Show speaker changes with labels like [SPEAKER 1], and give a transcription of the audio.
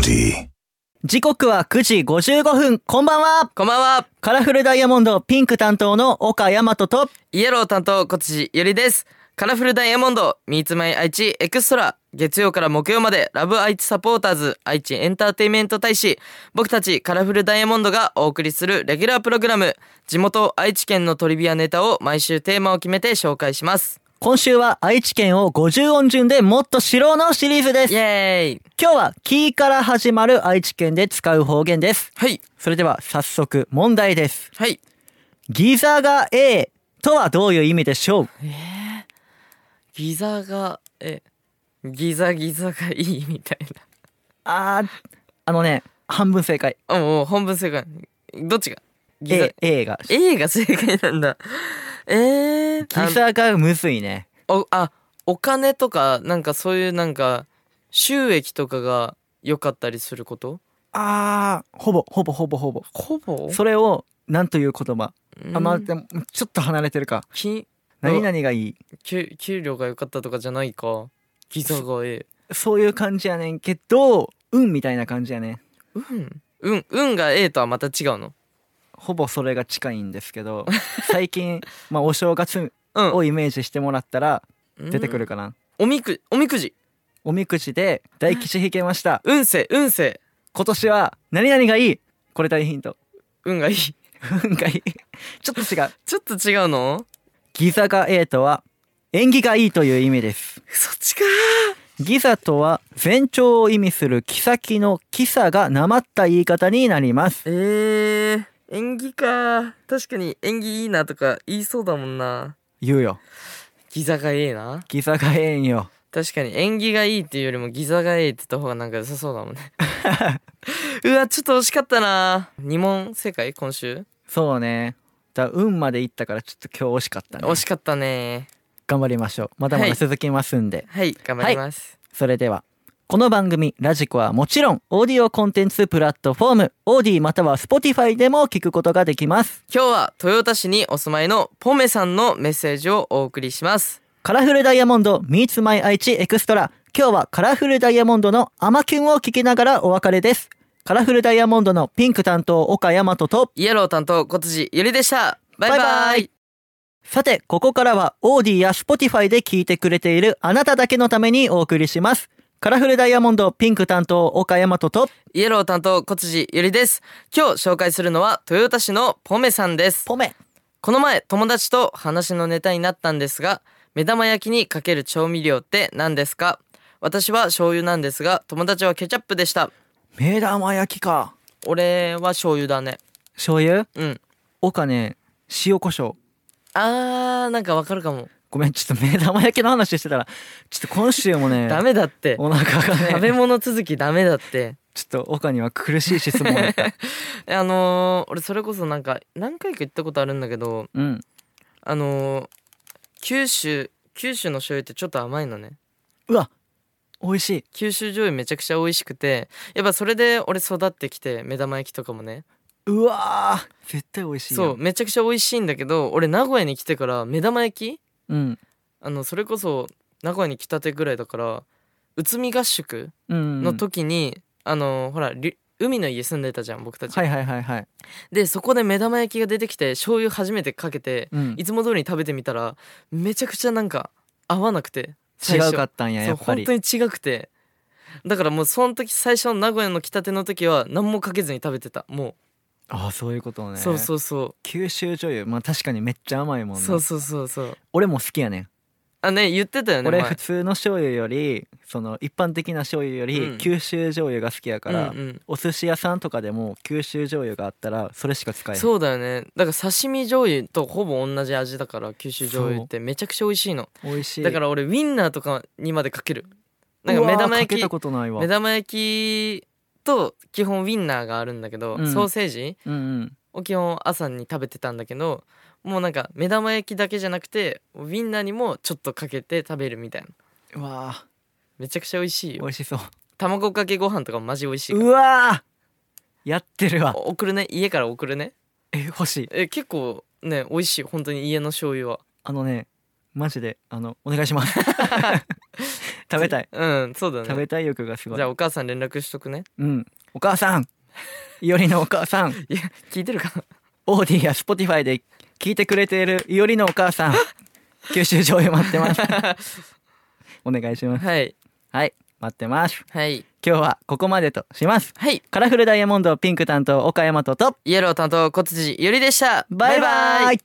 [SPEAKER 1] tea.
[SPEAKER 2] 時刻は9時55分、こんばんは
[SPEAKER 3] こんばんは。
[SPEAKER 2] カラフルダイヤモンドピンク担当の岡大和と、
[SPEAKER 3] イエロー担当小辻ゆりです。カラフルダイヤモンド Meets My 愛知エクストラ月曜から木曜までラブ愛知サポーターズ愛知エンターテインメント大使僕たちカラフルダイヤモンドがお送りするレギュラープログラム地元愛知県のトリビアネタを毎週テーマを決めて紹介します
[SPEAKER 2] 今週は愛知県を50音順でもっと知ろうのシリーズです
[SPEAKER 3] イエーイ
[SPEAKER 2] 今日はキーから始まる愛知県で使う方言です。
[SPEAKER 3] はい
[SPEAKER 2] それでは早速問題です。
[SPEAKER 3] はい
[SPEAKER 2] ギザが A とはどういう意味でしょう
[SPEAKER 3] ギザがえギザギザがいいみたい
[SPEAKER 2] あー、あのね、半分正解。
[SPEAKER 3] なあもう本文正解どっちがギザ
[SPEAKER 2] A、A が。
[SPEAKER 3] A が正解なんだえー、あの
[SPEAKER 2] ギザがむずいね。
[SPEAKER 3] おあお金とかなんかそういうなんか収益とかが良かったりすること
[SPEAKER 2] あー、ほぼ、ほぼ、ほぼ、ほぼ。
[SPEAKER 3] ほぼ
[SPEAKER 2] それを、なんという言葉。あ、まあ、
[SPEAKER 3] うん
[SPEAKER 2] でも、ちょっと離れてるか。
[SPEAKER 3] き
[SPEAKER 2] 何々がいい。
[SPEAKER 3] 給給料が良かったとかじゃないかギザがええ
[SPEAKER 2] そういう感じやねんけど、運みたいな感じやね。
[SPEAKER 3] うんうん運がええとはまた違うの
[SPEAKER 2] ほぼそれが近いんですけど、最近、まあ、お正月
[SPEAKER 3] うん
[SPEAKER 2] をイメージしてもらったら、出てく
[SPEAKER 3] る
[SPEAKER 2] るかな。
[SPEAKER 3] おみくおみくじ
[SPEAKER 2] おみくじで大吉引けました。
[SPEAKER 3] 運勢運勢
[SPEAKER 2] 今年は、何々がいい。これ大ヒント。
[SPEAKER 3] 運がいい ち
[SPEAKER 2] 運がいい。ちょっと違う。
[SPEAKER 3] ょっと違うの
[SPEAKER 2] ギザが A とは縁起がいいという意味です
[SPEAKER 3] そっちか
[SPEAKER 2] ギザとは前兆を意味する妃のキサがなまった言い方になります
[SPEAKER 3] えー、縁起か確かに縁起いいなとか言いそうだもんな
[SPEAKER 2] 言うよ
[SPEAKER 3] ギザがええな
[SPEAKER 2] ギザがええんよ
[SPEAKER 3] 確かに縁起がいいっていうよりもギザがいいって言った方がなんか良さそうだもんねうわちょっと惜しかったな2問正解今週
[SPEAKER 2] そうねだ運までいったからちょっと今日惜しかったね
[SPEAKER 3] 惜しかったね
[SPEAKER 2] 頑張りましょうまだまだ続きますんで、
[SPEAKER 3] はい頑張ります、
[SPEAKER 2] それではこの番組ラジコはもちろんオーディオコンテンツプラットフォームオーディまたは Spotify でも聞くことができます
[SPEAKER 3] 今日は豊田市にお住まいのポメさんのメッセージをお送りします
[SPEAKER 2] カラフルダイヤモンド Meets My 愛知エクストラ今日はカラフルダイヤモンドのアマキュンを聞きながらお別れですカラフルダイヤモンドのピンク担当岡大和と
[SPEAKER 3] イエロー担当小辻ゆりでしたバイバイ
[SPEAKER 2] バイバイさてここからはオーディや Spotify で聞いてくれているあなただけのためにお送りしますカラフルダイヤモンドピンク担当岡大和と
[SPEAKER 3] イエロー担当小辻ゆりです今日紹介するのは豊田市のポメさんです
[SPEAKER 2] ポメ
[SPEAKER 3] この前友達と話のネタになったんですが目玉焼きにかける調味料って何ですか私は醤油なんですが友達はケチャップでした
[SPEAKER 2] 目玉焼きか
[SPEAKER 3] 俺は醤油だね
[SPEAKER 2] 醤油
[SPEAKER 3] うん
[SPEAKER 2] 岡ね塩コショウ
[SPEAKER 3] あーなんかわかるかも
[SPEAKER 2] ごめんちょっと目玉焼きの話してたらちょっと今週もね
[SPEAKER 3] ダメだって
[SPEAKER 2] お腹が
[SPEAKER 3] 食
[SPEAKER 2] ね
[SPEAKER 3] べ物続きダメだって
[SPEAKER 2] ちょっと岡には苦しい質問だった
[SPEAKER 3] えあのー、俺それこそなんか何回か言ったことあるんだけど
[SPEAKER 2] うん
[SPEAKER 3] あのー、九州九州の醤油ってちょっと甘いのね
[SPEAKER 2] うわ美味しい
[SPEAKER 3] 九州醤油めちゃくちゃ美味しくてやっぱそれで俺育ってきて目玉焼きとかもね
[SPEAKER 2] うわー絶対美味しいよ
[SPEAKER 3] そうめちゃくちゃ美味しいんだけど俺名古屋に来てから目玉焼き
[SPEAKER 2] うん
[SPEAKER 3] あのそれこそ名古屋に来たてぐらいだから宇都宮合宿
[SPEAKER 2] うん
[SPEAKER 3] の時に、あのほらり海の家住んでたじゃん僕たち、
[SPEAKER 2] はいはいはいはい、
[SPEAKER 3] でそこで目玉焼きが出てきて醤油初めてかけて
[SPEAKER 2] うん、
[SPEAKER 3] いつも通りに食べてみたらめちゃくちゃなんか合わなくて
[SPEAKER 2] 違
[SPEAKER 3] 最初
[SPEAKER 2] うかったんや
[SPEAKER 3] そ
[SPEAKER 2] や
[SPEAKER 3] う
[SPEAKER 2] っぱり
[SPEAKER 3] 本当に違くてだからもうその時最初の名古屋の来たての時は何もかけずに食べてたも
[SPEAKER 2] ああそういうこと
[SPEAKER 3] う、
[SPEAKER 2] ね
[SPEAKER 3] そう
[SPEAKER 2] う
[SPEAKER 3] そうそ
[SPEAKER 2] 九州醤油まあ確かにめっちゃ甘いも
[SPEAKER 3] うんそう
[SPEAKER 2] な
[SPEAKER 3] そうそうそう
[SPEAKER 2] 俺も好きやねん
[SPEAKER 3] あね言ってたよね
[SPEAKER 2] 俺
[SPEAKER 3] 前
[SPEAKER 2] 普通の醤油よりその一般的な醤油よ
[SPEAKER 3] う
[SPEAKER 2] り
[SPEAKER 3] ん
[SPEAKER 2] 九州醤油が好きやから、
[SPEAKER 3] うんうん
[SPEAKER 2] お寿司屋さんとかでも九州醤油があったらそれしか使えない
[SPEAKER 3] そうだよねだから刺身醤油とほぼ同じ味だから九州醤油ってめちゃくちゃ美味しいの
[SPEAKER 2] 美味しい
[SPEAKER 3] だからら俺ウインナーとかにまでかけるなんか目玉
[SPEAKER 2] か
[SPEAKER 3] 焼
[SPEAKER 2] け
[SPEAKER 3] き
[SPEAKER 2] たことないわ
[SPEAKER 3] 目玉焼きと基本ウインナーがあるんだけど、
[SPEAKER 2] うん
[SPEAKER 3] ソーセージ
[SPEAKER 2] うんうん
[SPEAKER 3] を基本朝に食べてたんだけどもうなんか目玉焼きだけじゃなくてウインナーにもちょっとかけて食べるみたいな
[SPEAKER 2] うわー
[SPEAKER 3] めちゃくちゃ美味しい
[SPEAKER 2] 美
[SPEAKER 3] よ
[SPEAKER 2] 味しそう
[SPEAKER 3] 卵かけご飯とかマジ美味しいか
[SPEAKER 2] うわーやってるわ
[SPEAKER 3] らお送るね家から送るね
[SPEAKER 2] え欲しい
[SPEAKER 3] え結構ね美味しい本当に家の醤油は
[SPEAKER 2] あのねマジであのお願いします食べたい。
[SPEAKER 3] うんそうだね
[SPEAKER 2] 食べたい欲がすごい
[SPEAKER 3] じゃあお母さん連絡しとくね
[SPEAKER 2] うんお母さんいおりのお母さん
[SPEAKER 3] いや聞いてるかな
[SPEAKER 2] オーディや Spotify で聞いてくれているいおりのお母さん九州上へ待ってますお願いします
[SPEAKER 3] はい
[SPEAKER 2] はい待ってます
[SPEAKER 3] はい
[SPEAKER 2] 今日はここまでとします
[SPEAKER 3] はい
[SPEAKER 2] カラフルダイヤモンドピンク担当岡山とと
[SPEAKER 3] イエロー担当小辻ゆりでした
[SPEAKER 2] バイバイ